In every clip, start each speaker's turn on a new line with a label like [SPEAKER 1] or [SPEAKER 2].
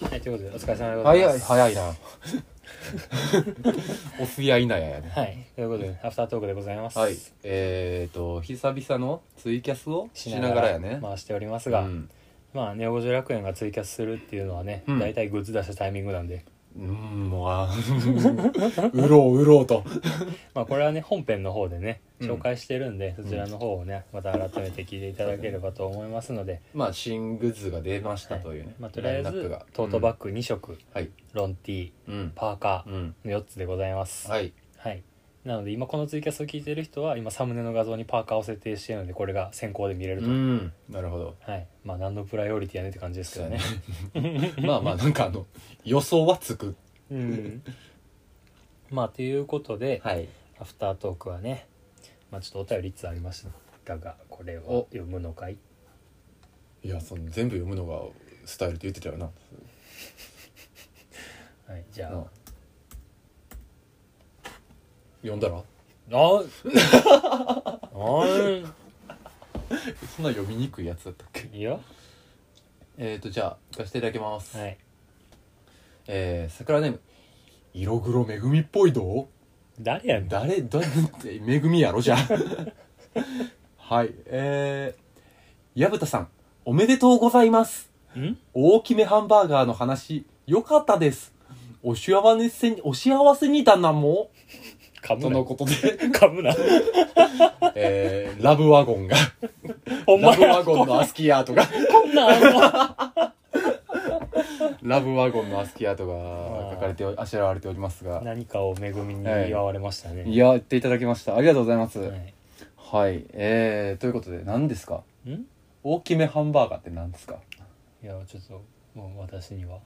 [SPEAKER 1] ということでお疲れ様でござい
[SPEAKER 2] 早
[SPEAKER 1] ま
[SPEAKER 2] い
[SPEAKER 1] す
[SPEAKER 2] 早い なおすやいなややね
[SPEAKER 1] はいということでアフタートークでございます
[SPEAKER 2] はいえー、と久々のツイキャスを
[SPEAKER 1] し
[SPEAKER 2] し
[SPEAKER 1] な
[SPEAKER 2] な
[SPEAKER 1] が
[SPEAKER 2] がら
[SPEAKER 1] ら
[SPEAKER 2] やね
[SPEAKER 1] 回しておりますが、
[SPEAKER 2] うん
[SPEAKER 1] まあネオ五条楽園がツイキャスするっていうのはね、
[SPEAKER 2] うん
[SPEAKER 1] 大体グッズ出したタイミングなんで
[SPEAKER 2] うんもうあ うろううろうと
[SPEAKER 1] まあこれはね本編の方でね
[SPEAKER 2] うん
[SPEAKER 1] 紹介してるんで、そちらの方をねまた改めて聞いていただければと思いますので、
[SPEAKER 2] まあ新グッズが出ましたというね、
[SPEAKER 1] まあ、とりあえ
[SPEAKER 2] ラインナップ
[SPEAKER 1] ず
[SPEAKER 2] が
[SPEAKER 1] トートバッグ2色、
[SPEAKER 2] うんはい
[SPEAKER 1] ロンティー
[SPEAKER 2] うん
[SPEAKER 1] パーカ
[SPEAKER 2] うん
[SPEAKER 1] ーの4つでございます、
[SPEAKER 2] はい
[SPEAKER 1] はい、なので今このツイキャスを聞いてる人は今サムネの画像にパーカーを設定しているのでこれが先行で見れ
[SPEAKER 2] う
[SPEAKER 1] ると、
[SPEAKER 2] んなるほど
[SPEAKER 1] はいまあ何のプライオリティやねって感じですけどね
[SPEAKER 2] まあまあなんかあの予想はつく
[SPEAKER 1] うんまあということで、
[SPEAKER 2] はい
[SPEAKER 1] アフタートークはね、まあ、ちょっとお便りいつありましたがこれ
[SPEAKER 2] お
[SPEAKER 1] を読むのかい
[SPEAKER 2] いやその全部読むのがスタイルって言ってたよな
[SPEAKER 1] はいじゃあ、
[SPEAKER 2] うん読んだら
[SPEAKER 1] ああ
[SPEAKER 2] そんな読みにくいやつだったっけ
[SPEAKER 1] いいよ
[SPEAKER 2] えーとじゃあ行かせていただきます、
[SPEAKER 1] はい
[SPEAKER 2] えー、桜ネーム色黒めぐみっぽいどう
[SPEAKER 1] 誰やねん
[SPEAKER 2] 誰 だってめぐみやろじゃあ はいえー、矢蓋さんおめでとうございます
[SPEAKER 1] ん
[SPEAKER 2] 大きめハンバーガーの話よかったですお幸せにお幸せにだなも
[SPEAKER 1] 噛
[SPEAKER 2] と
[SPEAKER 1] む
[SPEAKER 2] の
[SPEAKER 1] な
[SPEAKER 2] ことで、
[SPEAKER 1] 噛む な
[SPEAKER 2] えー、ラブワゴンが
[SPEAKER 1] ほんま
[SPEAKER 2] ラブ
[SPEAKER 1] や
[SPEAKER 2] ワゴンのアスキーアートが
[SPEAKER 1] こんなんあんの
[SPEAKER 2] ラブワゴンのアスキーアートが書かれておあしらわれておりますが
[SPEAKER 1] 何かを恵みに祝われましたね、
[SPEAKER 2] いや言っていただきましたありがとうございます、
[SPEAKER 1] はい
[SPEAKER 2] はい、えー、ということで何ですか
[SPEAKER 1] んい
[SPEAKER 2] 大きめハンバーガーって何ですか
[SPEAKER 1] やちょっともう私には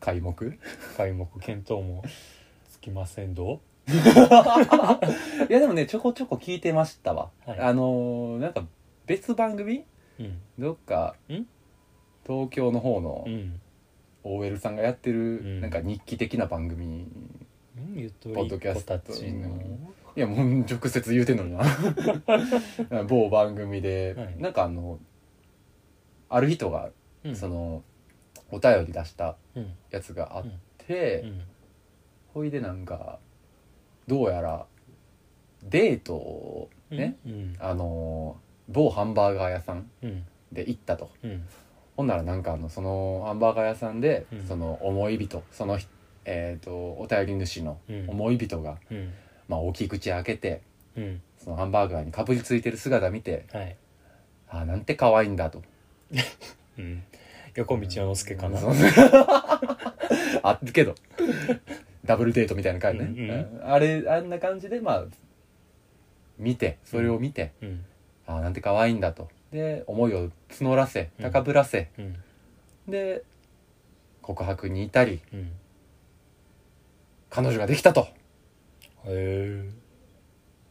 [SPEAKER 2] 皆目
[SPEAKER 1] 開目検討もつきませんど
[SPEAKER 2] いやでもねちょこちょこ聞いてましたわ、
[SPEAKER 1] はい
[SPEAKER 2] あのー、なんか別番組
[SPEAKER 1] ううん
[SPEAKER 2] どっか
[SPEAKER 1] ん
[SPEAKER 2] 東京の方の
[SPEAKER 1] うん
[SPEAKER 2] OL さんがやってる、
[SPEAKER 1] うん
[SPEAKER 2] なんか日記的な番組に
[SPEAKER 1] うんゆと
[SPEAKER 2] ポ
[SPEAKER 1] り
[SPEAKER 2] ッドキャ
[SPEAKER 1] 子
[SPEAKER 2] スト
[SPEAKER 1] たちの
[SPEAKER 2] いやもう直接言うてんのにな 某番組で、
[SPEAKER 1] はい
[SPEAKER 2] なんかあのある人が
[SPEAKER 1] うん
[SPEAKER 2] その、お便り出した
[SPEAKER 1] うん
[SPEAKER 2] やつがあって、
[SPEAKER 1] うん
[SPEAKER 2] ほいでなんかどうやらデートをね、
[SPEAKER 1] うん
[SPEAKER 2] あのー某ハンバーガー屋さん
[SPEAKER 1] うん
[SPEAKER 2] で行ったと
[SPEAKER 1] うん
[SPEAKER 2] ほんならなんかあのそのハンバーガー屋さんで、
[SPEAKER 1] うん
[SPEAKER 2] その思い人そのひえー、とお便り主の
[SPEAKER 1] うん
[SPEAKER 2] 思い人が、
[SPEAKER 1] うん
[SPEAKER 2] まあ、大きい口開けて
[SPEAKER 1] うん
[SPEAKER 2] そのハンバーガーにかぶりついてる姿見て
[SPEAKER 1] はい
[SPEAKER 2] ああなんて可愛いんだと
[SPEAKER 1] うん横道世之助かな
[SPEAKER 2] そう あるけどダブルデートみたいな回ね、
[SPEAKER 1] うんうん
[SPEAKER 2] あれあんな感じでまあ見てそれを見て、
[SPEAKER 1] うん
[SPEAKER 2] ああなんて可愛いんだとで思いを募らせ高ぶらせ、
[SPEAKER 1] うん
[SPEAKER 2] で告白に至り
[SPEAKER 1] うんへ
[SPEAKER 2] 彼女ができたと
[SPEAKER 1] え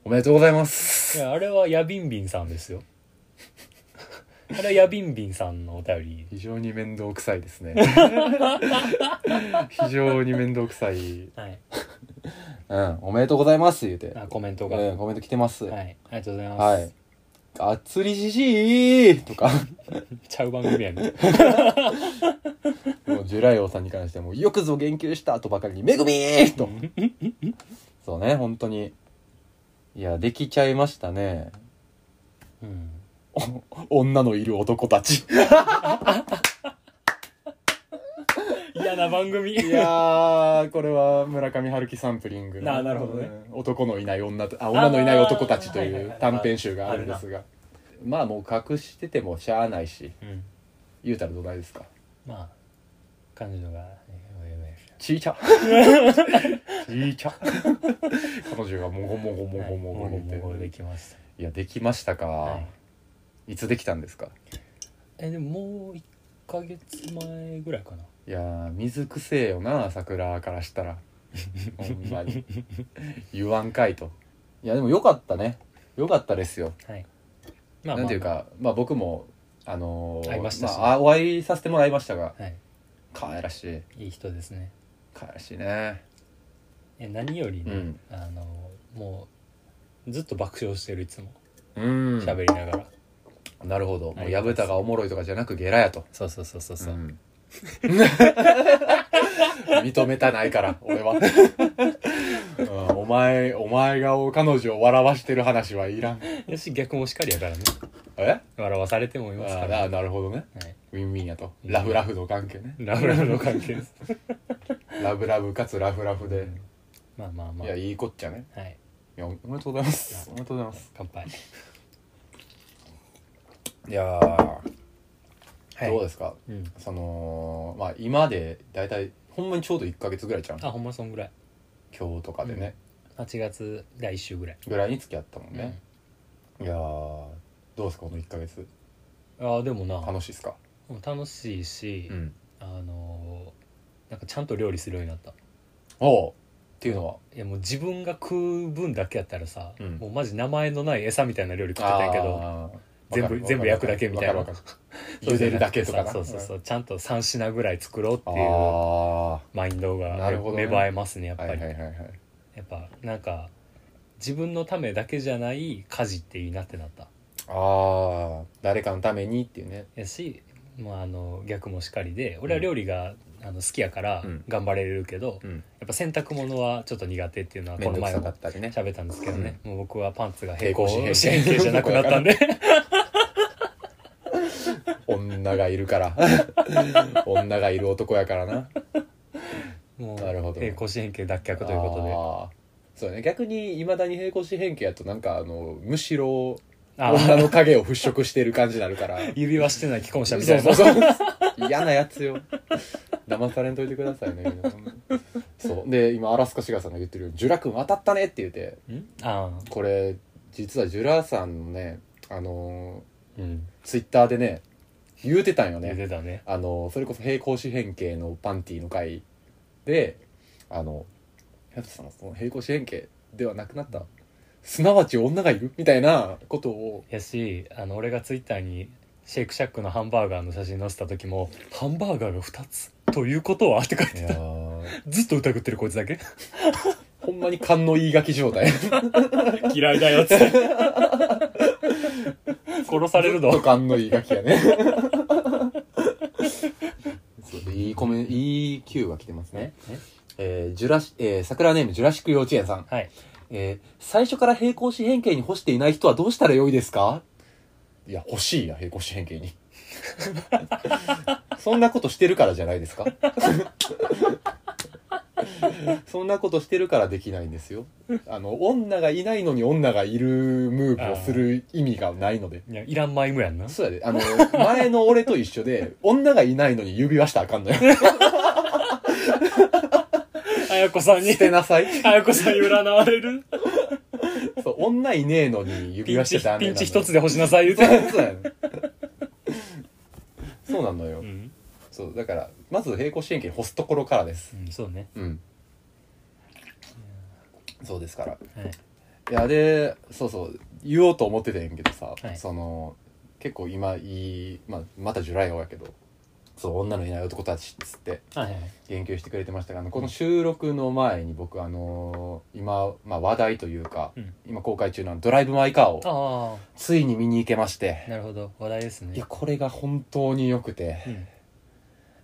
[SPEAKER 2] おめでとうございま
[SPEAKER 1] い
[SPEAKER 2] す
[SPEAKER 1] やあれはヤビンビンさんですよあれはヤビンビンさんのお便り
[SPEAKER 2] 非常に面倒くさいです ね非常に面倒くさい、
[SPEAKER 1] はい
[SPEAKER 2] うん、おめでとうございます言うて
[SPEAKER 1] あコメントが、
[SPEAKER 2] うんコメント来てます
[SPEAKER 1] は
[SPEAKER 2] はい、
[SPEAKER 1] いありがとうございます、
[SPEAKER 2] がっつりじじい とか
[SPEAKER 1] ちゃう番組やね
[SPEAKER 2] もうジュライオさんに関してはもうよくぞ言及したとばかりに「めぐみー!」 とそうね本当にいやできちゃいましたね
[SPEAKER 1] うん
[SPEAKER 2] 女のいる男たち
[SPEAKER 1] 嫌な番 組
[SPEAKER 2] いやーこれは村上春樹サンプリング
[SPEAKER 1] あーなるほどね
[SPEAKER 2] うん男のいない女とあ女のいない男たちと
[SPEAKER 1] はいはいいうはい
[SPEAKER 2] 短編集があるんですがまあもう隠しててもしゃあないし
[SPEAKER 1] うん
[SPEAKER 2] 言うたらどないですか
[SPEAKER 1] まあ彼女が
[SPEAKER 2] ちいちゃちいちゃ彼女がもごもごもごもご言
[SPEAKER 1] も
[SPEAKER 2] っ
[SPEAKER 1] で
[SPEAKER 2] て
[SPEAKER 1] きました
[SPEAKER 2] いやできましたか、、
[SPEAKER 1] はい
[SPEAKER 2] つできたんですか
[SPEAKER 1] えでももう1ヶ月前ぐらいかない
[SPEAKER 2] やー水くせえよな桜からした らほんまに言わんかいといやでもよかったねよかったですよ、
[SPEAKER 1] はいまあまあ
[SPEAKER 2] なんていうかまあ僕もあのー
[SPEAKER 1] 会いましたしね
[SPEAKER 2] あ、お会いさせてもらいましたが
[SPEAKER 1] はい
[SPEAKER 2] 可愛らしい
[SPEAKER 1] いい人ですね
[SPEAKER 2] 可愛らしいね
[SPEAKER 1] え何よりね、
[SPEAKER 2] うん
[SPEAKER 1] あのもうずっと爆笑してるいつも
[SPEAKER 2] うん
[SPEAKER 1] 喋りながら、
[SPEAKER 2] なるほども
[SPEAKER 1] あ
[SPEAKER 2] う
[SPEAKER 1] りがとうございます
[SPEAKER 2] 薮田がおもろいとかじゃなくゲラやと
[SPEAKER 1] そうそうそうそう
[SPEAKER 2] うん 認めたないから、俺 は。うんお前、お前が彼女を笑わしてる話はいらん。
[SPEAKER 1] 私逆もしかりやからね
[SPEAKER 2] え
[SPEAKER 1] 笑わされてもいますから、
[SPEAKER 2] ああ、なるほどね。
[SPEAKER 1] はい、
[SPEAKER 2] ウィンウィンやと。ラフラフの関係ね。
[SPEAKER 1] ラブラブの関係です
[SPEAKER 2] ラブラブかつラフラフで。
[SPEAKER 1] まあまあま
[SPEAKER 2] い
[SPEAKER 1] あ
[SPEAKER 2] や、いいこっちゃね。
[SPEAKER 1] はい
[SPEAKER 2] いや、おめでとうございます。おめでとうございます。
[SPEAKER 1] 乾杯
[SPEAKER 2] いやー、
[SPEAKER 1] はい
[SPEAKER 2] どうですか
[SPEAKER 1] うん
[SPEAKER 2] その、まあ今で、だいたい、ほんまにちょうど1ヶ月ぐらいじゃん。
[SPEAKER 1] あ
[SPEAKER 2] 今
[SPEAKER 1] ほんまそんぐらい
[SPEAKER 2] 日とかでね。
[SPEAKER 1] 8月第1週ぐらい、
[SPEAKER 2] ぐらいに付き合ったもんね。いやー、どうですかこの1ヶ月。
[SPEAKER 1] ああでもな
[SPEAKER 2] 楽しいですか
[SPEAKER 1] うん楽しいし、
[SPEAKER 2] ん。
[SPEAKER 1] あのーなんかちゃんと料理するようになった
[SPEAKER 2] おうっていうのはい
[SPEAKER 1] やもう自分が食う分だけやったらさ、
[SPEAKER 2] うん
[SPEAKER 1] もうマジ名前のない餌みたいな料理食ってたんやけど全部全部焼くだけみたいな
[SPEAKER 2] 茹でるだけとかな
[SPEAKER 1] そうそうそうちゃんと3品ぐらい作ろうって
[SPEAKER 2] あ
[SPEAKER 1] い
[SPEAKER 2] あ
[SPEAKER 1] うマインドが
[SPEAKER 2] なるほどね
[SPEAKER 1] 芽生えますねやっぱ
[SPEAKER 2] はい
[SPEAKER 1] り、
[SPEAKER 2] はいはいはい
[SPEAKER 1] やっぱなんか自分のためだけじゃない家事っていいなってなった
[SPEAKER 2] ああ誰かのためにっていうね
[SPEAKER 1] やし、まあ、あの逆もしかりで俺は料理が、あの好きやから
[SPEAKER 2] うん
[SPEAKER 1] 頑張れるけど、
[SPEAKER 2] うん
[SPEAKER 1] やっぱ洗濯物はちょっと苦手っていうのはこ
[SPEAKER 2] 面
[SPEAKER 1] の
[SPEAKER 2] 倒
[SPEAKER 1] 前
[SPEAKER 2] くさか
[SPEAKER 1] も
[SPEAKER 2] ったりね
[SPEAKER 1] 喋ったんですけどね、もう僕はパンツが平
[SPEAKER 2] 平
[SPEAKER 1] 行
[SPEAKER 2] 行
[SPEAKER 1] 四
[SPEAKER 2] 四
[SPEAKER 1] 辺
[SPEAKER 2] 辺
[SPEAKER 1] 形
[SPEAKER 2] 形
[SPEAKER 1] じゃなくなったんで
[SPEAKER 2] 女がいるから 女がいる男やからな
[SPEAKER 1] もう
[SPEAKER 2] なるほど
[SPEAKER 1] 平行四辺形脱却というこ
[SPEAKER 2] あーそうだね逆にいまだに平行四辺形やとなんかあのむしろ
[SPEAKER 1] とであ
[SPEAKER 2] 女
[SPEAKER 1] あ
[SPEAKER 2] の影を払拭してる感じになるから
[SPEAKER 1] 指輪してない既婚者みた
[SPEAKER 2] そう
[SPEAKER 1] い
[SPEAKER 2] そ
[SPEAKER 1] な
[SPEAKER 2] うそう嫌なやつよ騙されんといてくださいねそうで今アラスカシガさんが言ってるように「ジュラ君当たったね」って言って
[SPEAKER 1] んあ
[SPEAKER 2] これ実はジュラさんのねあの
[SPEAKER 1] ーうん
[SPEAKER 2] ーツイッターでね言うてたんよ
[SPEAKER 1] 出
[SPEAKER 2] ね
[SPEAKER 1] てたね
[SPEAKER 2] あのーそれこそ平行四辺形のパンティの回であの「やつさんその平行四辺形ではなくなったすなわち女がいる?」みたいなことを
[SPEAKER 1] やしあの俺がツイッターにシェイクシャックのハンバーガーの写真載せた時も「ハンバーガーが2つということは?」って書い
[SPEAKER 2] い
[SPEAKER 1] て
[SPEAKER 2] や
[SPEAKER 1] たずっと疑ってるこいつだけ
[SPEAKER 2] ほんまに勘の言い書き状態
[SPEAKER 1] 嫌いだよっつって殺される
[SPEAKER 2] ずっと
[SPEAKER 1] の
[SPEAKER 2] 勘のいいガキやね そういいコメンいい Q が来てますねえージュラシ、えー桜ネームジュラシック幼稚園さん、
[SPEAKER 1] はい
[SPEAKER 2] えー最初から平行四辺形に干していない人はどうしたらよいですかいや欲しいや平行四辺形に そんなことしてるからじゃないですか そんなことしてるからできないんですよあの女がいないのに女がいるムーブをする意味がないので
[SPEAKER 1] いやいらんマイムやんな
[SPEAKER 2] そうやで。あの、前の俺と一緒で、女がいないのに指輪したらあかんの よ。
[SPEAKER 1] あやこさんに
[SPEAKER 2] 捨てなさい。
[SPEAKER 1] あやこさんに占われる
[SPEAKER 2] そう、女いねえのに
[SPEAKER 1] ピ
[SPEAKER 2] 指
[SPEAKER 1] ン
[SPEAKER 2] 輪し
[SPEAKER 1] チ
[SPEAKER 2] てた
[SPEAKER 1] ピンチ
[SPEAKER 2] なの
[SPEAKER 1] 一
[SPEAKER 2] よ
[SPEAKER 1] つで干しなさい言うて、
[SPEAKER 2] そうそうやねそうなのよ。
[SPEAKER 1] うん
[SPEAKER 2] そう、だから、まず平行四辺形に干すところからです。
[SPEAKER 1] うん、そうね
[SPEAKER 2] うん。そうですから。
[SPEAKER 1] はい
[SPEAKER 2] いや、で、そうそう、言おうと思ってたんやけどさ、
[SPEAKER 1] はい
[SPEAKER 2] その、結構今いい、まあ、またジュライオやけど、そう、女のいない男たちっつって、
[SPEAKER 1] はいはい
[SPEAKER 2] 言及してくれてましたがあのこの収録の前に僕あのー今、まあ、話題というか、
[SPEAKER 1] うん
[SPEAKER 2] 今公開中の「ドライブ・マイ・カー」を
[SPEAKER 1] あ
[SPEAKER 2] ついに見に行けまし
[SPEAKER 1] あ
[SPEAKER 2] て
[SPEAKER 1] なるほど話題ですね
[SPEAKER 2] いやこれが本当に良くて
[SPEAKER 1] うん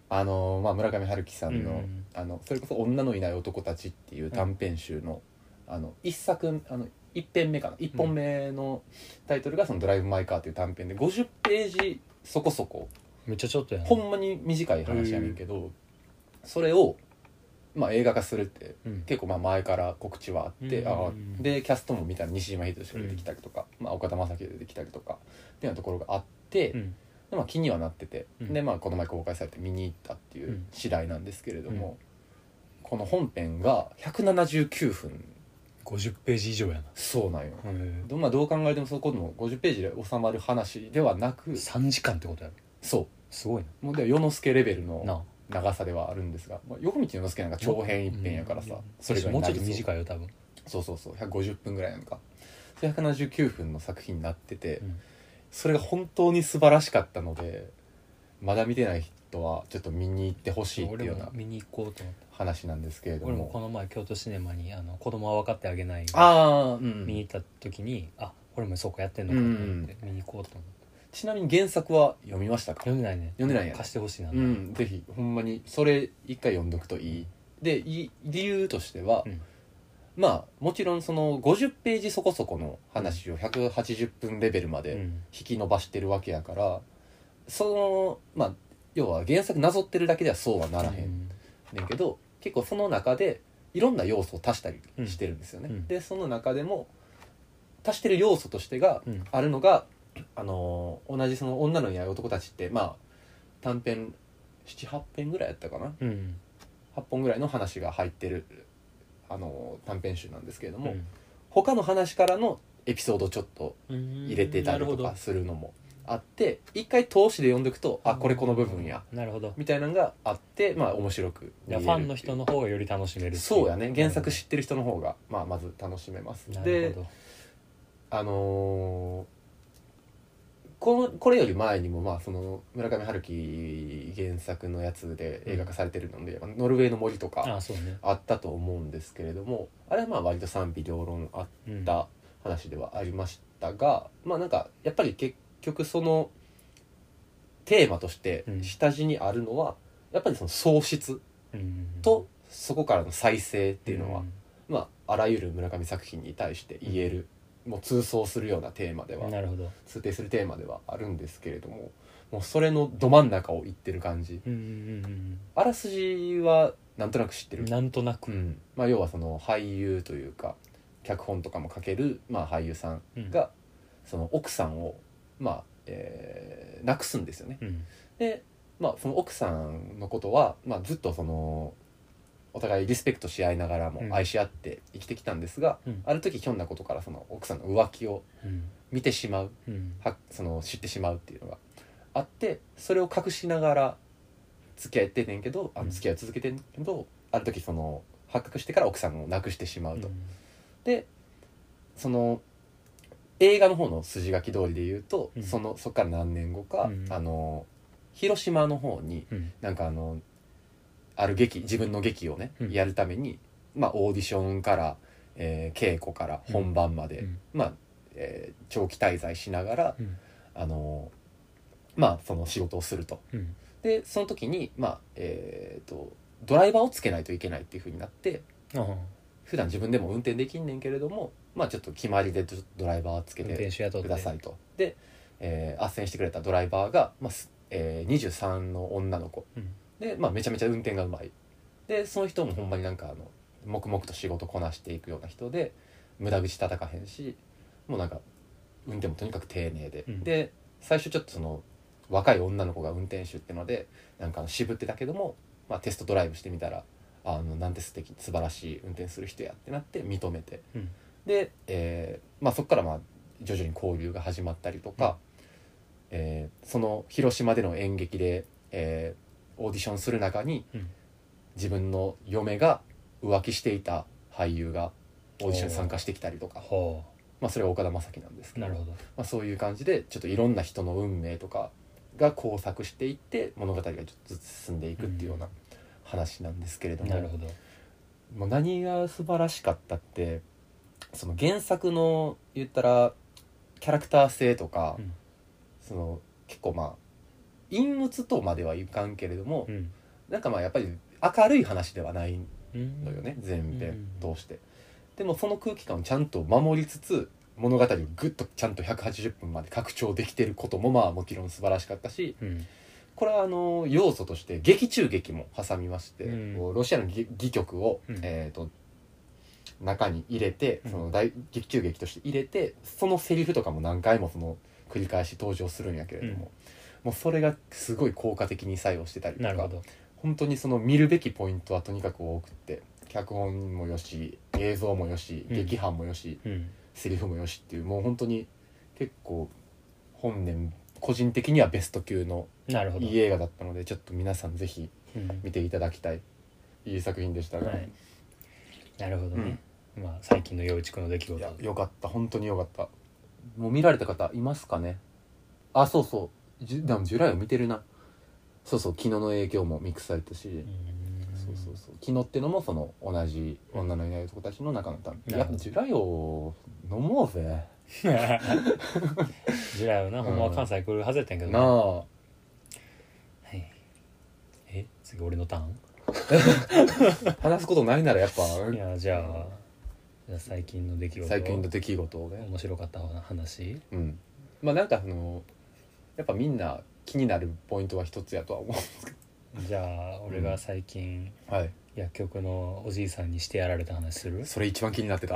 [SPEAKER 2] あのー、まあ、村上春樹さんの,、
[SPEAKER 1] うんうんうん
[SPEAKER 2] あのそれこそ「女のいない男たち」っていう短編集の,、あの一作あの一編目かな一本目のタイトルが「そのドライブ・マイ・カー」っていう短編で50ページそこそこ
[SPEAKER 1] めっちゃちょっとやな
[SPEAKER 2] ほんまに短い話やねんけど、それを、まあ、映画化するって
[SPEAKER 1] うん
[SPEAKER 2] 結構まあ前から告知はあって、
[SPEAKER 1] うん
[SPEAKER 2] あーでキャストも見たら西島秀俊が出てきたりとか、まあ、岡田将生が出てきたりとかっていうようなところがあって、
[SPEAKER 1] うん
[SPEAKER 2] でまあ、気にはなってて、
[SPEAKER 1] うん
[SPEAKER 2] で、まあ、この前公開されて見に行ったっていううん次第なんですけれども、この本編が179分
[SPEAKER 1] 50ページ以上やな
[SPEAKER 2] そうなんよ。
[SPEAKER 1] うん
[SPEAKER 2] どまあ、どう考えてもそこの50ページで収まる話ではなく
[SPEAKER 1] 3時間ってことやろ
[SPEAKER 2] そ
[SPEAKER 1] すごいな
[SPEAKER 2] うもうでは世之助レベルの
[SPEAKER 1] なあ
[SPEAKER 2] 長さではあるんですが、まあ、横道世之助なんか長編一編やからさ、
[SPEAKER 1] うん
[SPEAKER 2] それが
[SPEAKER 1] もうちょっと短いよ多分
[SPEAKER 2] そうそうそう150分ぐらいなのかそれ179分の作品になってて、
[SPEAKER 1] うん
[SPEAKER 2] それが本当に素晴らしかったのでまだ見てない人はちょっと見に行ってほしいっていう
[SPEAKER 1] 俺
[SPEAKER 2] ような
[SPEAKER 1] も見に行こうと思って
[SPEAKER 2] 話なんですけれど
[SPEAKER 1] 俺もこ
[SPEAKER 2] も
[SPEAKER 1] の前京都シネマにあの子供は分かってあげない
[SPEAKER 2] ああう
[SPEAKER 1] 見に
[SPEAKER 2] ん
[SPEAKER 1] 行った時にあ俺もそうかやってんのかと思って見に行こうと思って
[SPEAKER 2] ちなみに原作は読みましたか
[SPEAKER 1] 読んでないね
[SPEAKER 2] 読んでないやん
[SPEAKER 1] 貸してほしいな、
[SPEAKER 2] うんぜひほんまにそれ一回読んどくといいでい理由としては、
[SPEAKER 1] うん
[SPEAKER 2] まあもちろんその50ページそこそこの話を180分レベルま
[SPEAKER 1] う
[SPEAKER 2] で
[SPEAKER 1] ん
[SPEAKER 2] 引き伸ばしてるわけやから、そのまあ要は原作なぞってるだけではそうはならへんねんけど結構その中でいろんな要素を足したりしてるんですよね、
[SPEAKER 1] うんうん
[SPEAKER 2] でその中でも足してる要素としてが
[SPEAKER 1] うんうん
[SPEAKER 2] あるのが、あのー同じその女のいない男たちってまあ短編78編ぐらいやったかな
[SPEAKER 1] うん
[SPEAKER 2] 8本ぐらいの話が入ってる、あのー短編集なんですけれども、
[SPEAKER 1] うん
[SPEAKER 2] 他の話からのエピソードをちょっと入れてたりと
[SPEAKER 1] うんなる
[SPEAKER 2] か
[SPEAKER 1] ほ
[SPEAKER 2] するのもあって一回通しで読んでいくと
[SPEAKER 1] ど
[SPEAKER 2] あこれこの部分や
[SPEAKER 1] なるほど
[SPEAKER 2] みたいなのがあってまあ面白く
[SPEAKER 1] いや
[SPEAKER 2] 見
[SPEAKER 1] フ
[SPEAKER 2] える
[SPEAKER 1] ァ
[SPEAKER 2] っていう
[SPEAKER 1] ンの人の方がより楽しめる
[SPEAKER 2] そうやね原作
[SPEAKER 1] し
[SPEAKER 2] 知ってる人の方が、まあ、まず楽しめます
[SPEAKER 1] なる
[SPEAKER 2] で
[SPEAKER 1] ほど
[SPEAKER 2] あのーこのこれより前にも、まあ、その村上春樹原作のやつで映画化されてるので「ノルウェーの森」と
[SPEAKER 1] あ
[SPEAKER 2] か
[SPEAKER 1] あそうね
[SPEAKER 2] あったと思うんですけれどもあれはまあ割と賛否両論あっ
[SPEAKER 1] うん
[SPEAKER 2] た話ではありましたが、まあなんかやっぱり結局そのテーマとして
[SPEAKER 1] うん
[SPEAKER 2] 下地にあるのは、やっぱりその喪失
[SPEAKER 1] うん
[SPEAKER 2] とそこからの再生っていうのは
[SPEAKER 1] ん
[SPEAKER 2] まあ、あらゆる村上作品に対して言える、もう通奏するようなテーマでは
[SPEAKER 1] なるほど
[SPEAKER 2] 通底するテーマではあるんですけれどももうそれのど真ん中を言ってる感じ
[SPEAKER 1] うんうんうん
[SPEAKER 2] あらすじはなんとなく知って
[SPEAKER 1] う
[SPEAKER 2] る
[SPEAKER 1] ん、なんとな
[SPEAKER 2] う
[SPEAKER 1] く
[SPEAKER 2] んまあ、要はその俳優というか脚本とかも書ける、まあ、俳優さん
[SPEAKER 1] うん
[SPEAKER 2] がその奥さんをまあ、えー亡くすんですよね
[SPEAKER 1] うん
[SPEAKER 2] で、まあ、その奥さんのことは、まあ、ずっとそのお互いリスペクトし合いながら
[SPEAKER 1] う
[SPEAKER 2] も
[SPEAKER 1] ん
[SPEAKER 2] 愛し合って生きてきたんですが、
[SPEAKER 1] うん
[SPEAKER 2] ある時ひょんなことからその奥さんの浮気を
[SPEAKER 1] うん
[SPEAKER 2] 見てしまう
[SPEAKER 1] うん
[SPEAKER 2] はその知ってしまうっていうのがあってそれを隠しながら付き合ってんねんけどあ
[SPEAKER 1] う
[SPEAKER 2] の
[SPEAKER 1] ん
[SPEAKER 2] 付き合いを続けてんねんけど、ある時その発覚してから奥さんを亡くしてしまうと。でその映画の方の筋書き通りで言うと、
[SPEAKER 1] うん
[SPEAKER 2] そのそっから何年後か、
[SPEAKER 1] うん
[SPEAKER 2] あの広島の方に
[SPEAKER 1] うん
[SPEAKER 2] なんかあのある劇自分の劇をね、
[SPEAKER 1] うん
[SPEAKER 2] やるために、まあ、オーディションから、えー稽古から
[SPEAKER 1] うん
[SPEAKER 2] 本番まで、
[SPEAKER 1] うん
[SPEAKER 2] まあえー長期滞在しながら、
[SPEAKER 1] うん
[SPEAKER 2] あのまあその仕事をすると。
[SPEAKER 1] うん
[SPEAKER 2] でその時に、まあえー、とドライバーをつけないといけないっていうふうになって
[SPEAKER 1] ああ
[SPEAKER 2] 普段自分でも運転できんねんけれども、まあ、ちょっと決まりでドドライバーをつけ
[SPEAKER 1] 運
[SPEAKER 2] て
[SPEAKER 1] 転手雇って
[SPEAKER 2] くださいと。で、えー、斡旋してくれたドライバーが、まあすえー、23の女の子、
[SPEAKER 1] うん
[SPEAKER 2] で、まあ、めちゃめちゃ運転がうまいでその人もほんまになんかあの黙々と仕事こなしていくような人で無駄口叩かへんしもうなんか運転もとにかく丁寧で、
[SPEAKER 1] うん
[SPEAKER 2] で最初ちょっとその若い女の子が運転手ってのでなんかあの渋ってたけども、まあ、テストドライブしてみたらあのなんて素敵素晴らしい運転する人やってなって認めて、
[SPEAKER 1] うん
[SPEAKER 2] で、えーまあ、そこからまあ徐々に交流が始まったりとか、えーその広島での演劇で、えーオーディションする中に、
[SPEAKER 1] うん
[SPEAKER 2] 自分の嫁が浮気していた俳優がオーディションに参加してきたりとか、
[SPEAKER 1] ほ
[SPEAKER 2] まあ、それは岡田将生なんです
[SPEAKER 1] う
[SPEAKER 2] けど
[SPEAKER 1] なるほど
[SPEAKER 2] まあ、そういう感じでちょっといろんな人の運命とかが交錯していって物語がちょっとずつ進んでいくっていうような話なんですけれども,、
[SPEAKER 1] なるほど
[SPEAKER 2] もう何が素晴らしかったってその原作の言ったらキャラクター性とか、
[SPEAKER 1] うん
[SPEAKER 2] その結構まあ陰鬱とまではいかんけれども、
[SPEAKER 1] うん
[SPEAKER 2] なんかまあやっぱり明るい話ではない
[SPEAKER 1] うん
[SPEAKER 2] のよね全編通して、でもその空気感をちゃんと守りつつ物語をぐっとちゃんと180分まで拡張できてることもまあもちろん素晴らしかったし
[SPEAKER 1] うん
[SPEAKER 2] これはあの要素として劇中劇も挟みまして、
[SPEAKER 1] うん
[SPEAKER 2] こうロシアの戯戯曲を、
[SPEAKER 1] うん
[SPEAKER 2] えー、と中に入れて
[SPEAKER 1] うん
[SPEAKER 2] その大劇中劇として入れてそのセリフとかも何回もその繰り返し登場するんやけれども、もうそれがすごい効果的に作用してたりと
[SPEAKER 1] なる
[SPEAKER 2] か
[SPEAKER 1] ほど
[SPEAKER 2] 本当にその見るべきポイントはとにかく多くって脚本もよし映像もよし
[SPEAKER 1] うん
[SPEAKER 2] 劇伴もよし、
[SPEAKER 1] うん
[SPEAKER 2] セリフもよしっていうもう本当に結構本年個人的にはベスト級の
[SPEAKER 1] なるほど
[SPEAKER 2] いい映画だったのでちょっと皆さんぜひ
[SPEAKER 1] うん
[SPEAKER 2] 見ていただきたいいい作品でしたが、
[SPEAKER 1] はいなるほどねまあ最近の陽一君の出来
[SPEAKER 2] いや
[SPEAKER 1] 事
[SPEAKER 2] よかった本当によかったもう見られた方いますかねあそうそうジュでもジュライを見てるなそうそう昨日の影響もミックスされたし、
[SPEAKER 1] うん
[SPEAKER 2] そうそうそう昨日ってのもその同じ女のいない男たちの中のため、
[SPEAKER 1] うん
[SPEAKER 2] やっぱジュライを飲もうぜ
[SPEAKER 1] ジラよなほんまは関西来るはずやったんやけど
[SPEAKER 2] な
[SPEAKER 1] な、は
[SPEAKER 2] あ
[SPEAKER 1] い、え次俺のターン
[SPEAKER 2] 話すこと ないならやっぱ
[SPEAKER 1] いやじゃあじゃあ最近の出来事
[SPEAKER 2] 最近の出来事をね
[SPEAKER 1] 面白かった話
[SPEAKER 2] うんまあなんかそのやっぱみんな気になるポイントは一つやとは思
[SPEAKER 1] じゃあ俺が最近
[SPEAKER 2] うはい
[SPEAKER 1] 薬局のおじいさんにしてやられた話する
[SPEAKER 2] それ一番気になって た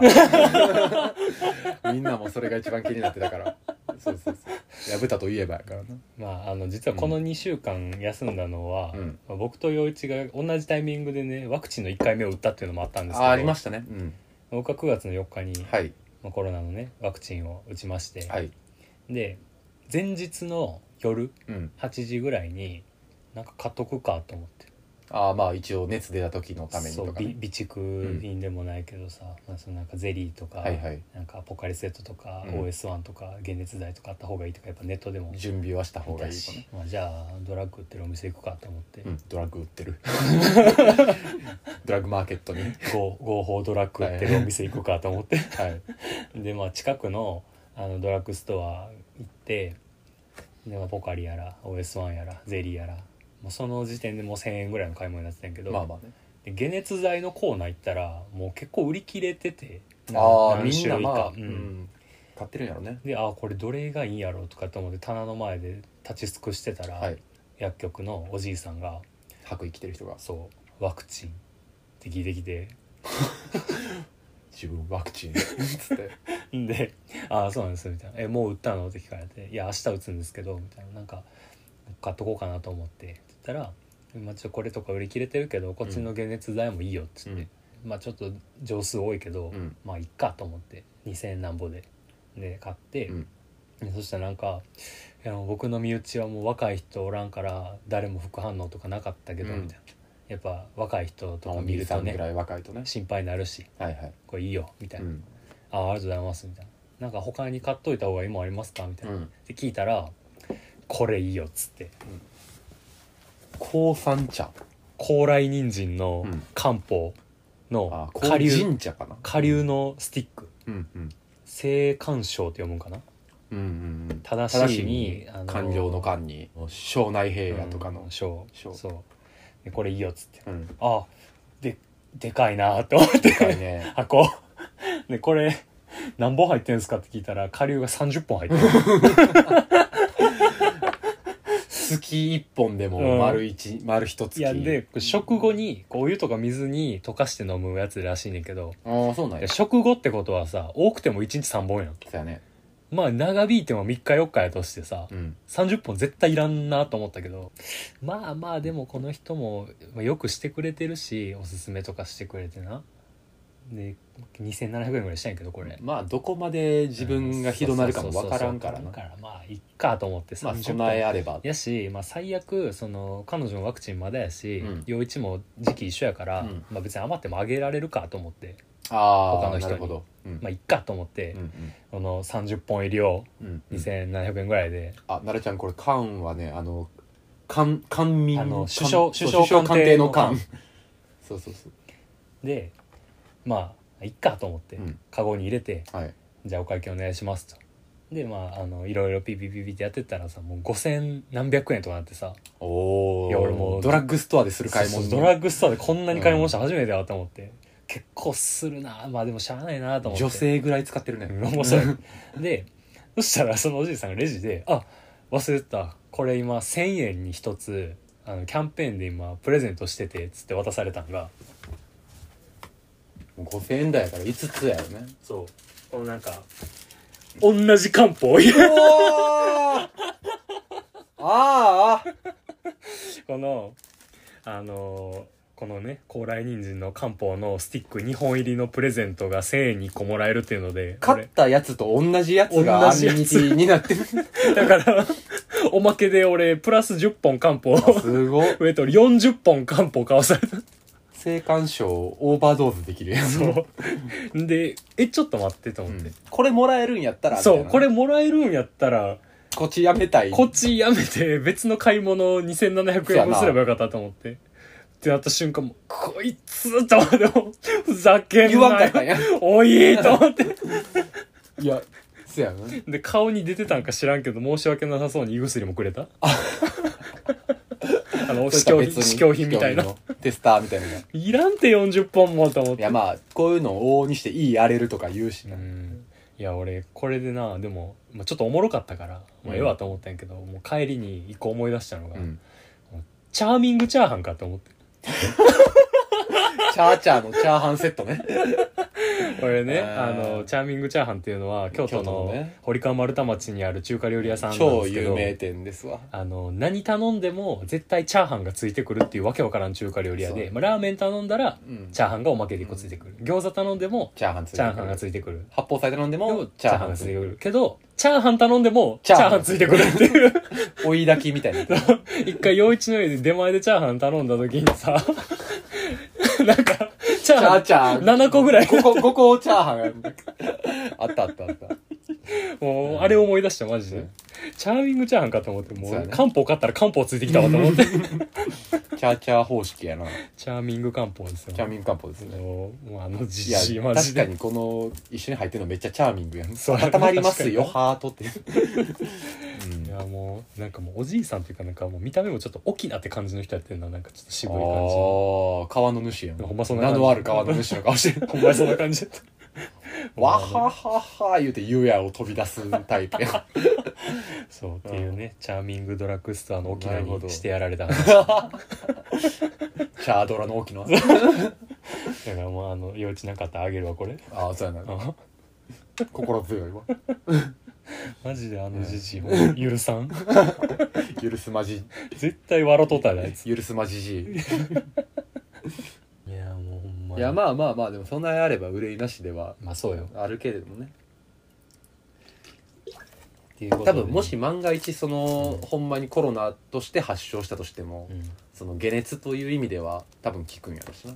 [SPEAKER 2] みんなもそれが一番気になってたからそうそうそう破ったといえばやからな
[SPEAKER 1] まああの実はこの2週間休んだのは、
[SPEAKER 2] うん
[SPEAKER 1] まあ僕と陽一が同じタイミングでねワクチンの1回目を打ったっていうのもあったんですけ
[SPEAKER 2] あ
[SPEAKER 1] ど
[SPEAKER 2] ありましたねうん
[SPEAKER 1] 僕は9月の4日に、
[SPEAKER 2] はい
[SPEAKER 1] まあコロナのねワクチンを打ちまして、
[SPEAKER 2] はい
[SPEAKER 1] で前日の夜
[SPEAKER 2] うん
[SPEAKER 1] 8時ぐらいになんか買っとくかと思って
[SPEAKER 2] ああまあ一応熱出た時のために
[SPEAKER 1] そ
[SPEAKER 2] と
[SPEAKER 1] う
[SPEAKER 2] か
[SPEAKER 1] 備
[SPEAKER 2] ね
[SPEAKER 1] 備蓄品でもないけどさ、まあ、そのなんかゼリーとか、
[SPEAKER 2] はいはい
[SPEAKER 1] なんかポカリセットとか、
[SPEAKER 2] うん
[SPEAKER 1] OS1 とか解熱剤とかあった方がいいとかやっぱネットでも
[SPEAKER 2] 準備はした方
[SPEAKER 1] 見
[SPEAKER 2] がい
[SPEAKER 1] た
[SPEAKER 2] いかな
[SPEAKER 1] し、まあ、じゃあドラッグ売ってるお店行くかと思って、
[SPEAKER 2] うんドラッグ売ってるドラッグマーケットに
[SPEAKER 1] 合合法ドラッグ売ってるお店行くかと思って、
[SPEAKER 2] は い
[SPEAKER 1] でまあ近くのあのドラッグストア行ってで、まあ、ポカリやら OS1 やらゼリーやらもうその時点でもう1,000円ぐらいの買い物になってたんやけど、
[SPEAKER 2] まあまあね
[SPEAKER 1] で解熱剤のコーナー行ったらもう結構売り切れててな
[SPEAKER 2] ああ
[SPEAKER 1] 何
[SPEAKER 2] みん
[SPEAKER 1] 種
[SPEAKER 2] な
[SPEAKER 1] 類
[SPEAKER 2] まあ
[SPEAKER 1] か、
[SPEAKER 2] う
[SPEAKER 1] うん
[SPEAKER 2] ん、買ってるんやろね
[SPEAKER 1] であこれどれがいいんやろうとかと思って棚の前で立ち尽くしてたら、
[SPEAKER 2] はい
[SPEAKER 1] 薬局のおじいさんが
[SPEAKER 2] 白衣着てる人が
[SPEAKER 1] 「そうワクチン」って聞いてきて
[SPEAKER 2] 自分ワクチン つって
[SPEAKER 1] で「ああそうなんです」みたいな「えもう打ったの?」って聞かれて「いや明日打つんですけど」みたいな「なんか買っとこうかなと思って」って言ったら「まあ、ちょっとこれとか売り切れてるけどこっちの解熱剤もいいよ」って言って、まあちょっと錠数多いけど、
[SPEAKER 2] うん
[SPEAKER 1] まあいっかと思って2,000円なんぼでで買って、
[SPEAKER 2] うん
[SPEAKER 1] でそしたらなんかいや「僕の身内はもう若い人おらんから誰も副反応とかなかったけど」
[SPEAKER 2] うん
[SPEAKER 1] みたいな「やっぱ若い人と
[SPEAKER 2] まあ
[SPEAKER 1] か見
[SPEAKER 2] 見
[SPEAKER 1] る
[SPEAKER 2] るさ
[SPEAKER 1] と
[SPEAKER 2] んぐ
[SPEAKER 1] ね
[SPEAKER 2] らい若いとね
[SPEAKER 1] 心配になるし
[SPEAKER 2] はいはい
[SPEAKER 1] これいいよ」みたいうな。
[SPEAKER 2] ん
[SPEAKER 1] あありがとうございます」みたいな「なんか他に買っといた方がいいもんありますか?」みたいうな、
[SPEAKER 2] ん
[SPEAKER 1] で聞いたら「これいいよ」っつって
[SPEAKER 2] 高山茶
[SPEAKER 1] 高麗人参の
[SPEAKER 2] うん
[SPEAKER 1] 漢方
[SPEAKER 2] あ
[SPEAKER 1] の
[SPEAKER 2] 高
[SPEAKER 1] 下流、
[SPEAKER 2] 神茶かな
[SPEAKER 1] 下流のスティック
[SPEAKER 2] うんうん
[SPEAKER 1] 清漢章って読むんかな
[SPEAKER 2] うんうんうん
[SPEAKER 1] 正
[SPEAKER 2] 正
[SPEAKER 1] し
[SPEAKER 2] し
[SPEAKER 1] い
[SPEAKER 2] い
[SPEAKER 1] に
[SPEAKER 2] に
[SPEAKER 1] あ
[SPEAKER 2] 官僚の官に庄内平野とかの
[SPEAKER 1] うん章
[SPEAKER 2] 章
[SPEAKER 1] そうでこれいいよっつって
[SPEAKER 2] うんで
[SPEAKER 1] あででかいなって思って
[SPEAKER 2] かいね
[SPEAKER 1] 箱でこれ何本入ってんすかって聞いたら下流が30本入ってる
[SPEAKER 2] 月一本で
[SPEAKER 1] う
[SPEAKER 2] も
[SPEAKER 1] ん
[SPEAKER 2] 丸一丸一月
[SPEAKER 1] いやで食後にこうお湯とか水に溶かして飲むやつらしいねんけど
[SPEAKER 2] ああそうなん
[SPEAKER 1] い
[SPEAKER 2] や
[SPEAKER 1] や食後ってことはさ多くても1日3本やん
[SPEAKER 2] そうやね
[SPEAKER 1] まあ長引いても3日4日やとしてさ
[SPEAKER 2] うん
[SPEAKER 1] 30本絶対いらんなと思ったけどまあまあでもこの人もまあよくしてくれてるしおすすめとかしてくれてなで2700円ぐらいしたんやけどこれ
[SPEAKER 2] まあどこまで自分がひどなるかもわからんから
[SPEAKER 1] そう
[SPEAKER 2] な
[SPEAKER 1] そうそうそうまあいっかと思って
[SPEAKER 2] まあ
[SPEAKER 1] 30
[SPEAKER 2] 備え
[SPEAKER 1] 本
[SPEAKER 2] あれば
[SPEAKER 1] やし、まあ、最悪その彼女のワクチンまだやし、
[SPEAKER 2] うん
[SPEAKER 1] 陽一も時期一緒やから、
[SPEAKER 2] うん
[SPEAKER 1] まあ、別に余ってもあげられるかと思って他
[SPEAKER 2] あ
[SPEAKER 1] の
[SPEAKER 2] あ
[SPEAKER 1] 人
[SPEAKER 2] な
[SPEAKER 1] に
[SPEAKER 2] るほどうん
[SPEAKER 1] まあいっかと思って、
[SPEAKER 2] うん
[SPEAKER 1] この30本入りを
[SPEAKER 2] うんうんうん
[SPEAKER 1] 2700円ぐらいで、
[SPEAKER 2] あ奈良ちゃんこれ官はねあの官官民
[SPEAKER 1] あの
[SPEAKER 2] 官
[SPEAKER 1] 首相
[SPEAKER 2] そう
[SPEAKER 1] 首相官邸の官
[SPEAKER 2] 首相官邸の官 そうそうそう
[SPEAKER 1] でまあいっかと思って、
[SPEAKER 2] うん
[SPEAKER 1] カゴに入れて
[SPEAKER 2] はい
[SPEAKER 1] じゃあお会計お願いしますとでまああのいろいろピピピピってやってったらさもう5000何百円とかなってさ
[SPEAKER 2] おお
[SPEAKER 1] いや俺もう
[SPEAKER 2] ドラッグストアでする買い
[SPEAKER 1] そう
[SPEAKER 2] 物
[SPEAKER 1] そうドラッグストアでこんなに買い物したの初めてだと思って、結構するなまあでもしゃあないなと思って
[SPEAKER 2] 女性ぐらい使ってるね
[SPEAKER 1] うん面白 いでそしたらそのおじいさんがレジで「あ忘れてたこれ今1,000円に一つあのキャンペーンで今プレゼントしてて」っつって渡されたんが
[SPEAKER 2] もう5000円台やから5つやよね
[SPEAKER 1] そうこのなんか同じ漢方
[SPEAKER 2] おーああ
[SPEAKER 1] このあのこのね高麗人参の漢方のスティック2本入りのプレゼントが1,000円に1個もらえるっていうので
[SPEAKER 2] 勝ったやつと同じやつが
[SPEAKER 1] 同
[SPEAKER 2] ア
[SPEAKER 1] じ
[SPEAKER 2] ミ
[SPEAKER 1] やつ
[SPEAKER 2] ニティになって る
[SPEAKER 1] 俺だからおまけで俺プラス10本漢方
[SPEAKER 2] あすごい
[SPEAKER 1] 増えてる40本漢方買わされた
[SPEAKER 2] 性感症オーバードーズできるやつ
[SPEAKER 1] そう。で、え、ちょっと待ってと思って。
[SPEAKER 2] これもらえるんやったら
[SPEAKER 1] そう、こ
[SPEAKER 2] れ
[SPEAKER 1] れもらえるんやったら、
[SPEAKER 2] こっちやめたい
[SPEAKER 1] こっちやめて別の買い物を2700円もすればよかったと思って。ってなった瞬間も、こいつと思って、ふざけん
[SPEAKER 2] 言わん
[SPEAKER 1] な
[SPEAKER 2] かっ
[SPEAKER 1] よ
[SPEAKER 2] たん。や
[SPEAKER 1] おいと思って。
[SPEAKER 2] いやせやな
[SPEAKER 1] で顔に出てたんか知らんけど申し訳なさそうに胃薬もくれたあの試
[SPEAKER 2] そ
[SPEAKER 1] 供品
[SPEAKER 2] れとは別に
[SPEAKER 1] 試供品みたいな
[SPEAKER 2] 試供品のテスターみたいなのがい
[SPEAKER 1] いらんて40本もと思って
[SPEAKER 2] やまあこういうのを往々にしていいやれるとか言うし
[SPEAKER 1] う
[SPEAKER 2] な、
[SPEAKER 1] んいや俺これでなでも、まあ、ちょっとおもろかったから、まあ、ええわと思ったんやけど、もう帰りに一個思い出したのが、
[SPEAKER 2] うん
[SPEAKER 1] チャーミングチャーハンかと 思って
[SPEAKER 2] チャーチャーのチャーハンセットね
[SPEAKER 1] これねあ
[SPEAKER 2] あー
[SPEAKER 1] のチャーミングチャーハンっていうのは京都
[SPEAKER 2] 京都の
[SPEAKER 1] の
[SPEAKER 2] ね
[SPEAKER 1] 堀川丸太町にある中華料理屋さんなんで
[SPEAKER 2] 超
[SPEAKER 1] すけ
[SPEAKER 2] 有
[SPEAKER 1] ど
[SPEAKER 2] 名店ですわ
[SPEAKER 1] あの何頼んでも絶対チャーハンがついてくるっていうわけわからん中華料理屋で、
[SPEAKER 2] そう
[SPEAKER 1] まあ、ラーメン頼んだら
[SPEAKER 2] うん
[SPEAKER 1] チャーハンがおまけで1個ついてくる、餃子頼んでも
[SPEAKER 2] チャーハンつい
[SPEAKER 1] チ
[SPEAKER 2] て
[SPEAKER 1] ャー
[SPEAKER 2] く
[SPEAKER 1] ハンが
[SPEAKER 2] る
[SPEAKER 1] ついてくる
[SPEAKER 2] 発泡酒頼んでもチ
[SPEAKER 1] チャ
[SPEAKER 2] ャ
[SPEAKER 1] ー
[SPEAKER 2] ー
[SPEAKER 1] ハ
[SPEAKER 2] ハ
[SPEAKER 1] ンが
[SPEAKER 2] ン
[SPEAKER 1] つ
[SPEAKER 2] つ
[SPEAKER 1] い
[SPEAKER 2] い
[SPEAKER 1] て
[SPEAKER 2] て
[SPEAKER 1] く
[SPEAKER 2] くる
[SPEAKER 1] るけどチャーハン頼んでもチ
[SPEAKER 2] チ
[SPEAKER 1] ャ
[SPEAKER 2] ャー
[SPEAKER 1] ー
[SPEAKER 2] ハ
[SPEAKER 1] ハン
[SPEAKER 2] ン
[SPEAKER 1] ついてくるっていう
[SPEAKER 2] 追い炊きみたいな
[SPEAKER 1] 一回陽一の家で出前でチャーハン頼んだ時にさ なんかチャー
[SPEAKER 2] チャ
[SPEAKER 1] ハ
[SPEAKER 2] ー
[SPEAKER 1] ン
[SPEAKER 2] チャー
[SPEAKER 1] 7個ぐらい
[SPEAKER 2] 5個5個チャーハンがあったあったあった
[SPEAKER 1] もうあれ思い出したマジでチャーミングチャーハンかと思っても
[SPEAKER 2] そうや
[SPEAKER 1] う
[SPEAKER 2] ね
[SPEAKER 1] 漢方買ったら漢方ついてきたわと思 って
[SPEAKER 2] チャーチャー方式やな
[SPEAKER 1] チャーミング漢方ですよ
[SPEAKER 2] チャーミング漢方ですね
[SPEAKER 1] もうもうあの
[SPEAKER 2] い
[SPEAKER 1] じ
[SPEAKER 2] や
[SPEAKER 1] じいマジ
[SPEAKER 2] 確
[SPEAKER 1] で
[SPEAKER 2] かにこの一緒に入ってるのめっちゃチャーミングやん
[SPEAKER 1] そう
[SPEAKER 2] 固まりますよ
[SPEAKER 1] 確
[SPEAKER 2] ハートって、うん
[SPEAKER 1] いやもうなんかもうおじいさんっていうかなんかもう見た目もちょっと沖縄って感じの人やってるななんかちょっと渋い感じほ
[SPEAKER 2] ああ川の主やん
[SPEAKER 1] ほんまそんな
[SPEAKER 2] 名
[SPEAKER 1] 感じ
[SPEAKER 2] のある川の主の顔 してる
[SPEAKER 1] んまにそんな感じだった
[SPEAKER 2] わははは言うて湯屋を飛び出すタイプ やん
[SPEAKER 1] そうっていうねチャーミングドラッグストアの沖縄
[SPEAKER 2] なるほ
[SPEAKER 1] に
[SPEAKER 2] ど
[SPEAKER 1] してやられ た話
[SPEAKER 2] チャードラの大き な
[SPEAKER 1] だからもうあの幼稚なかったらあげるわこれ
[SPEAKER 2] ああそうやな
[SPEAKER 1] あ
[SPEAKER 2] 心強いわ
[SPEAKER 1] マジであのじじいほんま許さん
[SPEAKER 2] 許すまじ
[SPEAKER 1] 絶対笑とったであいつ
[SPEAKER 2] 許すまじじい
[SPEAKER 1] いやもうほんま
[SPEAKER 2] いやまあまあまあでもそんなあれば憂いなしでは
[SPEAKER 1] まあそうよ
[SPEAKER 2] あるけれどもね
[SPEAKER 1] っていうことで
[SPEAKER 2] 多分もし万が一その、ほんまにコロナとして発症したとしても、
[SPEAKER 1] うん
[SPEAKER 2] その解熱という意味では多分効くんやろしな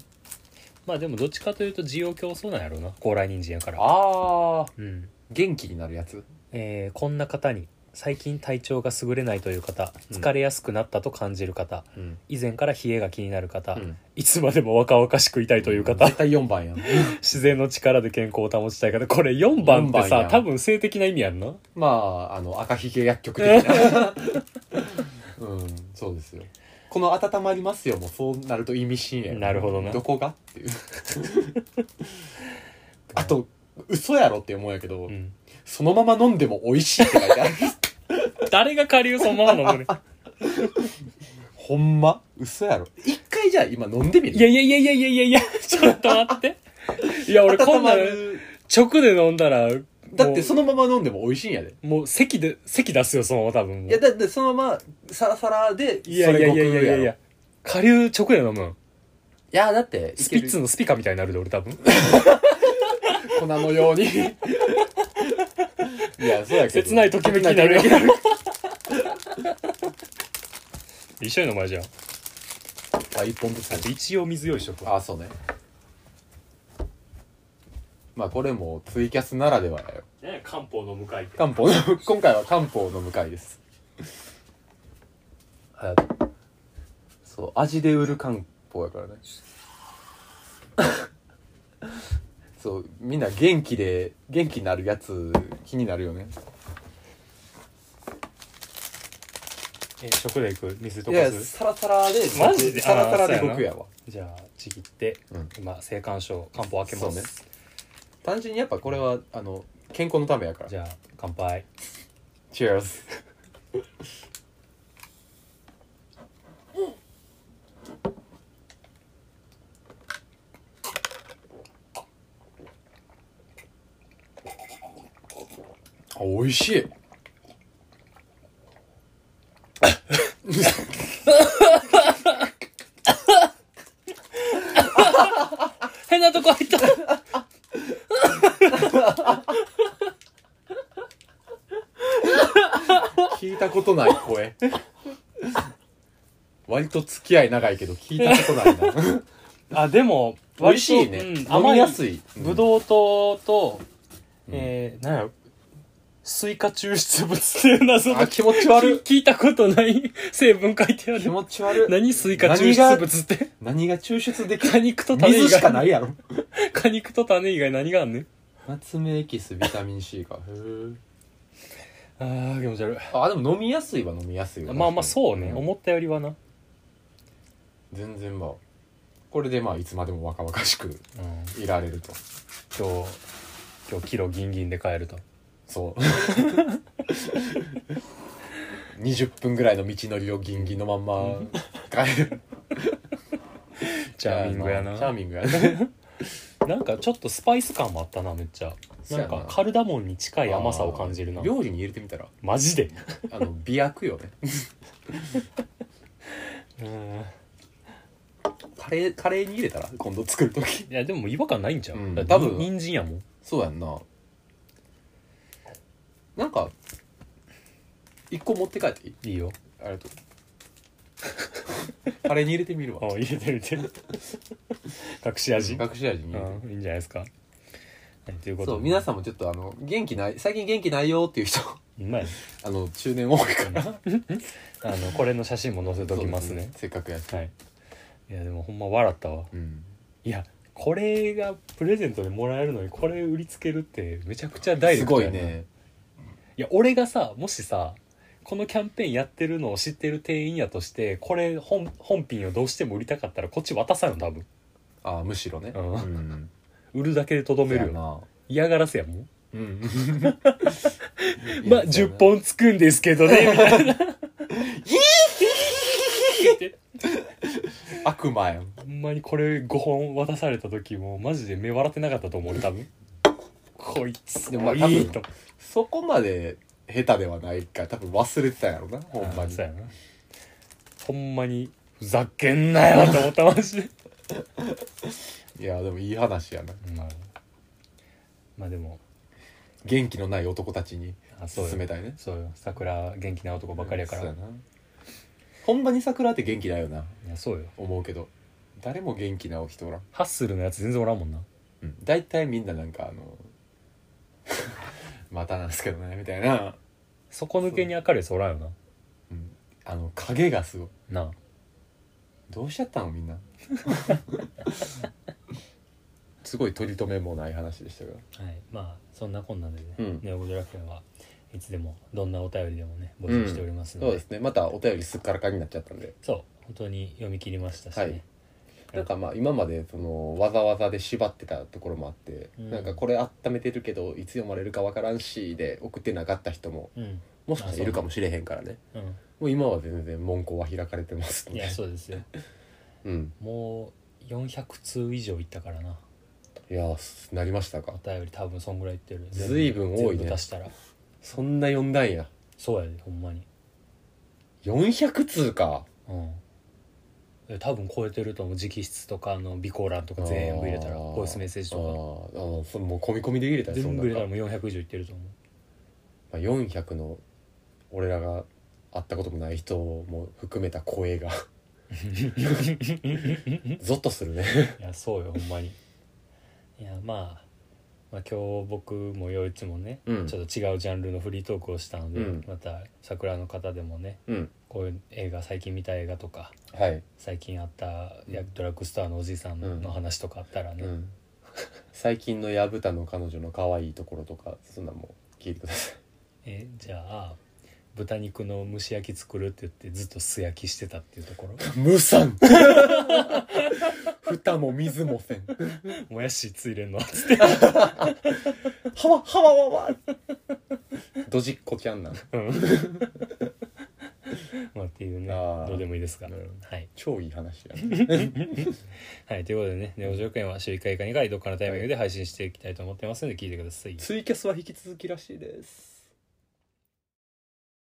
[SPEAKER 1] まあでもどっちかというと需要競争なんやろうな高麗人参やから
[SPEAKER 2] あー
[SPEAKER 1] うん
[SPEAKER 2] 元気になるやつ
[SPEAKER 1] えーこんな方に最近体調が優れないという方
[SPEAKER 2] うん
[SPEAKER 1] 疲れやすくなったと感じる方、
[SPEAKER 2] うん、
[SPEAKER 1] 以前から冷えが気になる方、
[SPEAKER 2] うん
[SPEAKER 1] いつまでも若々しくいたいという方、
[SPEAKER 2] 絶対4番やん
[SPEAKER 1] 自然の力で健康を保ちたい方これ4番って
[SPEAKER 2] 四番
[SPEAKER 1] さ
[SPEAKER 2] や
[SPEAKER 1] 多分性的な意味やんな
[SPEAKER 2] まああの赤ひげ薬局的 なうんそうですよこの「温まりますよ」もそうなると意味深やん
[SPEAKER 1] なるほどな
[SPEAKER 2] どこがっていう あと嘘やろって思うんやけど、
[SPEAKER 1] うん
[SPEAKER 2] そのまま飲んでも美味しいって書いて ある
[SPEAKER 1] 誰が下流そのまま 飲むね
[SPEAKER 2] ほんま嘘やろ一回じゃあ今飲んでみる
[SPEAKER 1] いやいやいやいやいやいやいやちょっと待っていや俺こんな
[SPEAKER 2] 温まる
[SPEAKER 1] 直で飲んだら
[SPEAKER 2] だってそ
[SPEAKER 1] の
[SPEAKER 2] のまま飲んでも美味しいんやで
[SPEAKER 1] もう咳で咳出すよそのまま多分もう
[SPEAKER 2] いやだってそのままサラサラでそ
[SPEAKER 1] いやいや
[SPEAKER 2] れ
[SPEAKER 1] い
[SPEAKER 2] ごく
[SPEAKER 1] や
[SPEAKER 2] や
[SPEAKER 1] い
[SPEAKER 2] ろ
[SPEAKER 1] やいやいや下流直で飲むん
[SPEAKER 2] いやだって
[SPEAKER 1] スピッツ
[SPEAKER 2] い
[SPEAKER 1] のスピカみたいになるで俺多分
[SPEAKER 2] ける粉のように いやそうや けど
[SPEAKER 1] 切ないときめきになるよ
[SPEAKER 2] 切ないときめき
[SPEAKER 1] 一緒に飲まえじゃん
[SPEAKER 2] になるあ一本ずつ
[SPEAKER 1] あと一応水用意しとくわ
[SPEAKER 2] あそうねまあこれもツイキャスならではだよ
[SPEAKER 1] ね漢方の向かいって
[SPEAKER 2] 漢方の 今回は漢方の向かいですはいそう味で売る漢方やからね そうみんな元気で元気になるやつ気になるよね
[SPEAKER 1] え食でいく水と
[SPEAKER 2] い
[SPEAKER 1] か
[SPEAKER 2] や
[SPEAKER 1] す
[SPEAKER 2] サラサラで
[SPEAKER 1] マジで
[SPEAKER 2] サラサラ
[SPEAKER 1] あ
[SPEAKER 2] で
[SPEAKER 1] ーそうやな
[SPEAKER 2] 僕やわ
[SPEAKER 1] じゃあちぎって、
[SPEAKER 2] うん
[SPEAKER 1] 今青函症漢方開けま
[SPEAKER 2] そうね
[SPEAKER 1] す、
[SPEAKER 2] 単純にやっぱこれはあの健康のためやから
[SPEAKER 1] じゃあ乾杯
[SPEAKER 2] Cheers あ美味しい
[SPEAKER 1] 変なとこ入った
[SPEAKER 2] 聞いたことない声割と付き合い長いけど聞いたことないな
[SPEAKER 1] あでも
[SPEAKER 2] 美味しいね、
[SPEAKER 1] 割とうん
[SPEAKER 2] 飲
[SPEAKER 1] 甘
[SPEAKER 2] み
[SPEAKER 1] い
[SPEAKER 2] やすい
[SPEAKER 1] ぶ
[SPEAKER 2] うん
[SPEAKER 1] どう糖と、
[SPEAKER 2] うん
[SPEAKER 1] えー、なんやろスイカ抽出物っていう謎の
[SPEAKER 2] あ気持ち悪い
[SPEAKER 1] 聞いたことない成分書いてあ
[SPEAKER 2] 気
[SPEAKER 1] る
[SPEAKER 2] 持ち悪い
[SPEAKER 1] 何スイカ抽出物って
[SPEAKER 2] 何が抽出でき
[SPEAKER 1] 果
[SPEAKER 2] る
[SPEAKER 1] 肉と種以
[SPEAKER 2] 水しか
[SPEAKER 1] 外
[SPEAKER 2] ないやろ
[SPEAKER 1] 果肉と種以外何があんねん
[SPEAKER 2] ナツメエキスビタミン C かへえ
[SPEAKER 1] あー気持ち悪い
[SPEAKER 2] あでも飲みやすいは飲みやすいわ
[SPEAKER 1] まあまあそうね、
[SPEAKER 2] ん
[SPEAKER 1] 思ったよりはな、
[SPEAKER 2] 全然まあこれでまあいつまでも若々しく
[SPEAKER 1] うん
[SPEAKER 2] いられると
[SPEAKER 1] 今日今日キロギンギンで帰ると
[SPEAKER 2] そう 20分ぐらいの道のりをギンギンのまんま帰る
[SPEAKER 1] チャーミング やな
[SPEAKER 2] チャーミングやな
[SPEAKER 1] なんかちょっとスパイス感もあったなめっちゃ
[SPEAKER 2] そう
[SPEAKER 1] な
[SPEAKER 2] や
[SPEAKER 1] んかカルダモンに近い甘さを感じるな
[SPEAKER 2] あー料理に入れてみたら
[SPEAKER 1] マジで
[SPEAKER 2] あの美薬よね
[SPEAKER 1] うん
[SPEAKER 2] カレーカレーに入れたら今度作る時
[SPEAKER 1] いやでも違和感ないんちゃう、
[SPEAKER 2] うん
[SPEAKER 1] だって
[SPEAKER 2] 多分
[SPEAKER 1] 人参やもん
[SPEAKER 2] そうやんななんか一個持って帰っていい
[SPEAKER 1] いいよ
[SPEAKER 2] ありが とうカレーに入れてみる
[SPEAKER 1] あ
[SPEAKER 2] わ
[SPEAKER 1] 入れてる入れて る隠し味、
[SPEAKER 2] 隠し味に入れ
[SPEAKER 1] う
[SPEAKER 2] て
[SPEAKER 1] ん、いいんじゃないですか。はい、ということ
[SPEAKER 2] そう皆
[SPEAKER 1] ん。
[SPEAKER 2] さんもちょっとあの元気ない最近元気ないよっていう人
[SPEAKER 1] うまい。
[SPEAKER 2] あの中年多いから
[SPEAKER 1] あの、これの写真も載せときますね。
[SPEAKER 2] せっかくやし、
[SPEAKER 1] はい。いや、でも、ほんま笑ったわ。
[SPEAKER 2] うん、
[SPEAKER 1] いや、これがプレゼントでもらえるのに、これ売りつけるって、めちゃくちゃ大
[SPEAKER 2] すごい。ね
[SPEAKER 1] いや、俺がさ、もしさ。このキャンペーンやってるのを知ってる店員やとしてこれ本本品をどうしても売りたかったらこっち渡さんよ多分
[SPEAKER 2] あむしろね
[SPEAKER 1] うん
[SPEAKER 2] ん
[SPEAKER 1] 売るだけでとどめる
[SPEAKER 2] そう
[SPEAKER 1] よ
[SPEAKER 2] やな
[SPEAKER 1] 嫌がらせやもん
[SPEAKER 2] うん
[SPEAKER 1] まあ10本つくんですけどねみたいな
[SPEAKER 2] 悪魔やん
[SPEAKER 1] ほんまにこれ5本渡された時もマジで目笑ってなかったと思う俺多分こいつ
[SPEAKER 2] でもまあ
[SPEAKER 1] い
[SPEAKER 2] 多分
[SPEAKER 1] いと
[SPEAKER 2] そこまで下手ではないから多分忘れてたんやろなほんま
[SPEAKER 1] あ
[SPEAKER 2] に
[SPEAKER 1] そうやなほんまにふざけんなよと思ったマジで
[SPEAKER 2] いやでもいい話やな
[SPEAKER 1] まあまあでも
[SPEAKER 2] 元気のない男たちに
[SPEAKER 1] あそうよ
[SPEAKER 2] 勧めたいね
[SPEAKER 1] そうよ桜元気な男ばっかりやから、
[SPEAKER 2] そう
[SPEAKER 1] い
[SPEAKER 2] なほんまに桜って元気だよな
[SPEAKER 1] やそうよ
[SPEAKER 2] 思うけど誰も元気な人おらん、
[SPEAKER 1] ハッスルのやつ全然おらんもんな
[SPEAKER 2] うん、大体みんななんかあの またなんですけどねみたいな、
[SPEAKER 1] 底抜けに明るいやつおらんよ
[SPEAKER 2] うん、あの影がすごい
[SPEAKER 1] ななあ
[SPEAKER 2] どうしちゃったのみん なすごい取り留めもない話でしたが
[SPEAKER 1] はい、まあそんなこんなでね、
[SPEAKER 2] うん
[SPEAKER 1] ネオ・ドラクエはいつでもどんなお便りでもね募集しておりますの
[SPEAKER 2] そう
[SPEAKER 1] で、
[SPEAKER 2] ですねまたお便りすっからかんになっちゃったんで
[SPEAKER 1] そう本当に読み切りましたしね、
[SPEAKER 2] はいなんかまあ今までそのわざわざで縛ってたところもあって、
[SPEAKER 1] うん
[SPEAKER 2] なんかこれ温めてるけどいつ読まれるかわからんしで送ってなかった人も
[SPEAKER 1] うん
[SPEAKER 2] もしかしたらいるかもしれへんからね
[SPEAKER 1] う
[SPEAKER 2] もう今は全然門戸は開かれてます
[SPEAKER 1] ん、い
[SPEAKER 2] ね
[SPEAKER 1] やそうですよ
[SPEAKER 2] うん
[SPEAKER 1] もう400通以上いったからない
[SPEAKER 2] やなりましたか
[SPEAKER 1] お便り多分そんぐらいいってる
[SPEAKER 2] ずいぶん多
[SPEAKER 1] 全
[SPEAKER 2] いね
[SPEAKER 1] 部出したら
[SPEAKER 2] そんな読んだんや
[SPEAKER 1] そうやでほんまに
[SPEAKER 2] 400通か
[SPEAKER 1] うんえ多分超えてると思う直筆とかあの備考欄とか全部入れたら
[SPEAKER 2] あー
[SPEAKER 1] ボイスメッセージ
[SPEAKER 2] あ
[SPEAKER 1] と
[SPEAKER 2] ーあーそれもう込み込みで入れた
[SPEAKER 1] から
[SPEAKER 2] そ
[SPEAKER 1] 全
[SPEAKER 2] ん
[SPEAKER 1] 部入れ
[SPEAKER 2] なんか
[SPEAKER 1] たらもう400以上いってると思う
[SPEAKER 2] まあ、400の俺らが会ったこともない人も含めた声 がゾッとするね
[SPEAKER 1] いやそうよほんまにいや、まあ、まあ今日僕も陽一もね、
[SPEAKER 2] うん
[SPEAKER 1] ちょっと違うジャンルのフリートークをしたので、
[SPEAKER 2] うん
[SPEAKER 1] また桜の方でもね
[SPEAKER 2] うん
[SPEAKER 1] こういう映画最近見た映画とか
[SPEAKER 2] はい、
[SPEAKER 1] 最近あった
[SPEAKER 2] うん
[SPEAKER 1] やドラッグストアのおじいさん
[SPEAKER 2] うん
[SPEAKER 1] の話とかあったらね、
[SPEAKER 2] うん、 最近の矢蓋の彼女の可愛いところとかそんなんも聞いてください
[SPEAKER 1] えじゃあ豚肉の蒸し焼き作るって言ってずっと素焼きしてたっていうと ころ
[SPEAKER 2] 無産蓋も水もせん
[SPEAKER 1] もやしついれんのつって、
[SPEAKER 2] はわはわわわドジっ子ちゃんなん
[SPEAKER 1] うんまあっていうね
[SPEAKER 2] あー
[SPEAKER 1] どうでもいいですが、
[SPEAKER 2] なるほ
[SPEAKER 1] はい
[SPEAKER 2] 超いい話や ね
[SPEAKER 1] はい、ということでね、ネオ条件は週1回か2回どっかのタイミングで配信していきたいと思ってますので聞いてください。
[SPEAKER 2] ツイキャスは引き続きらしいです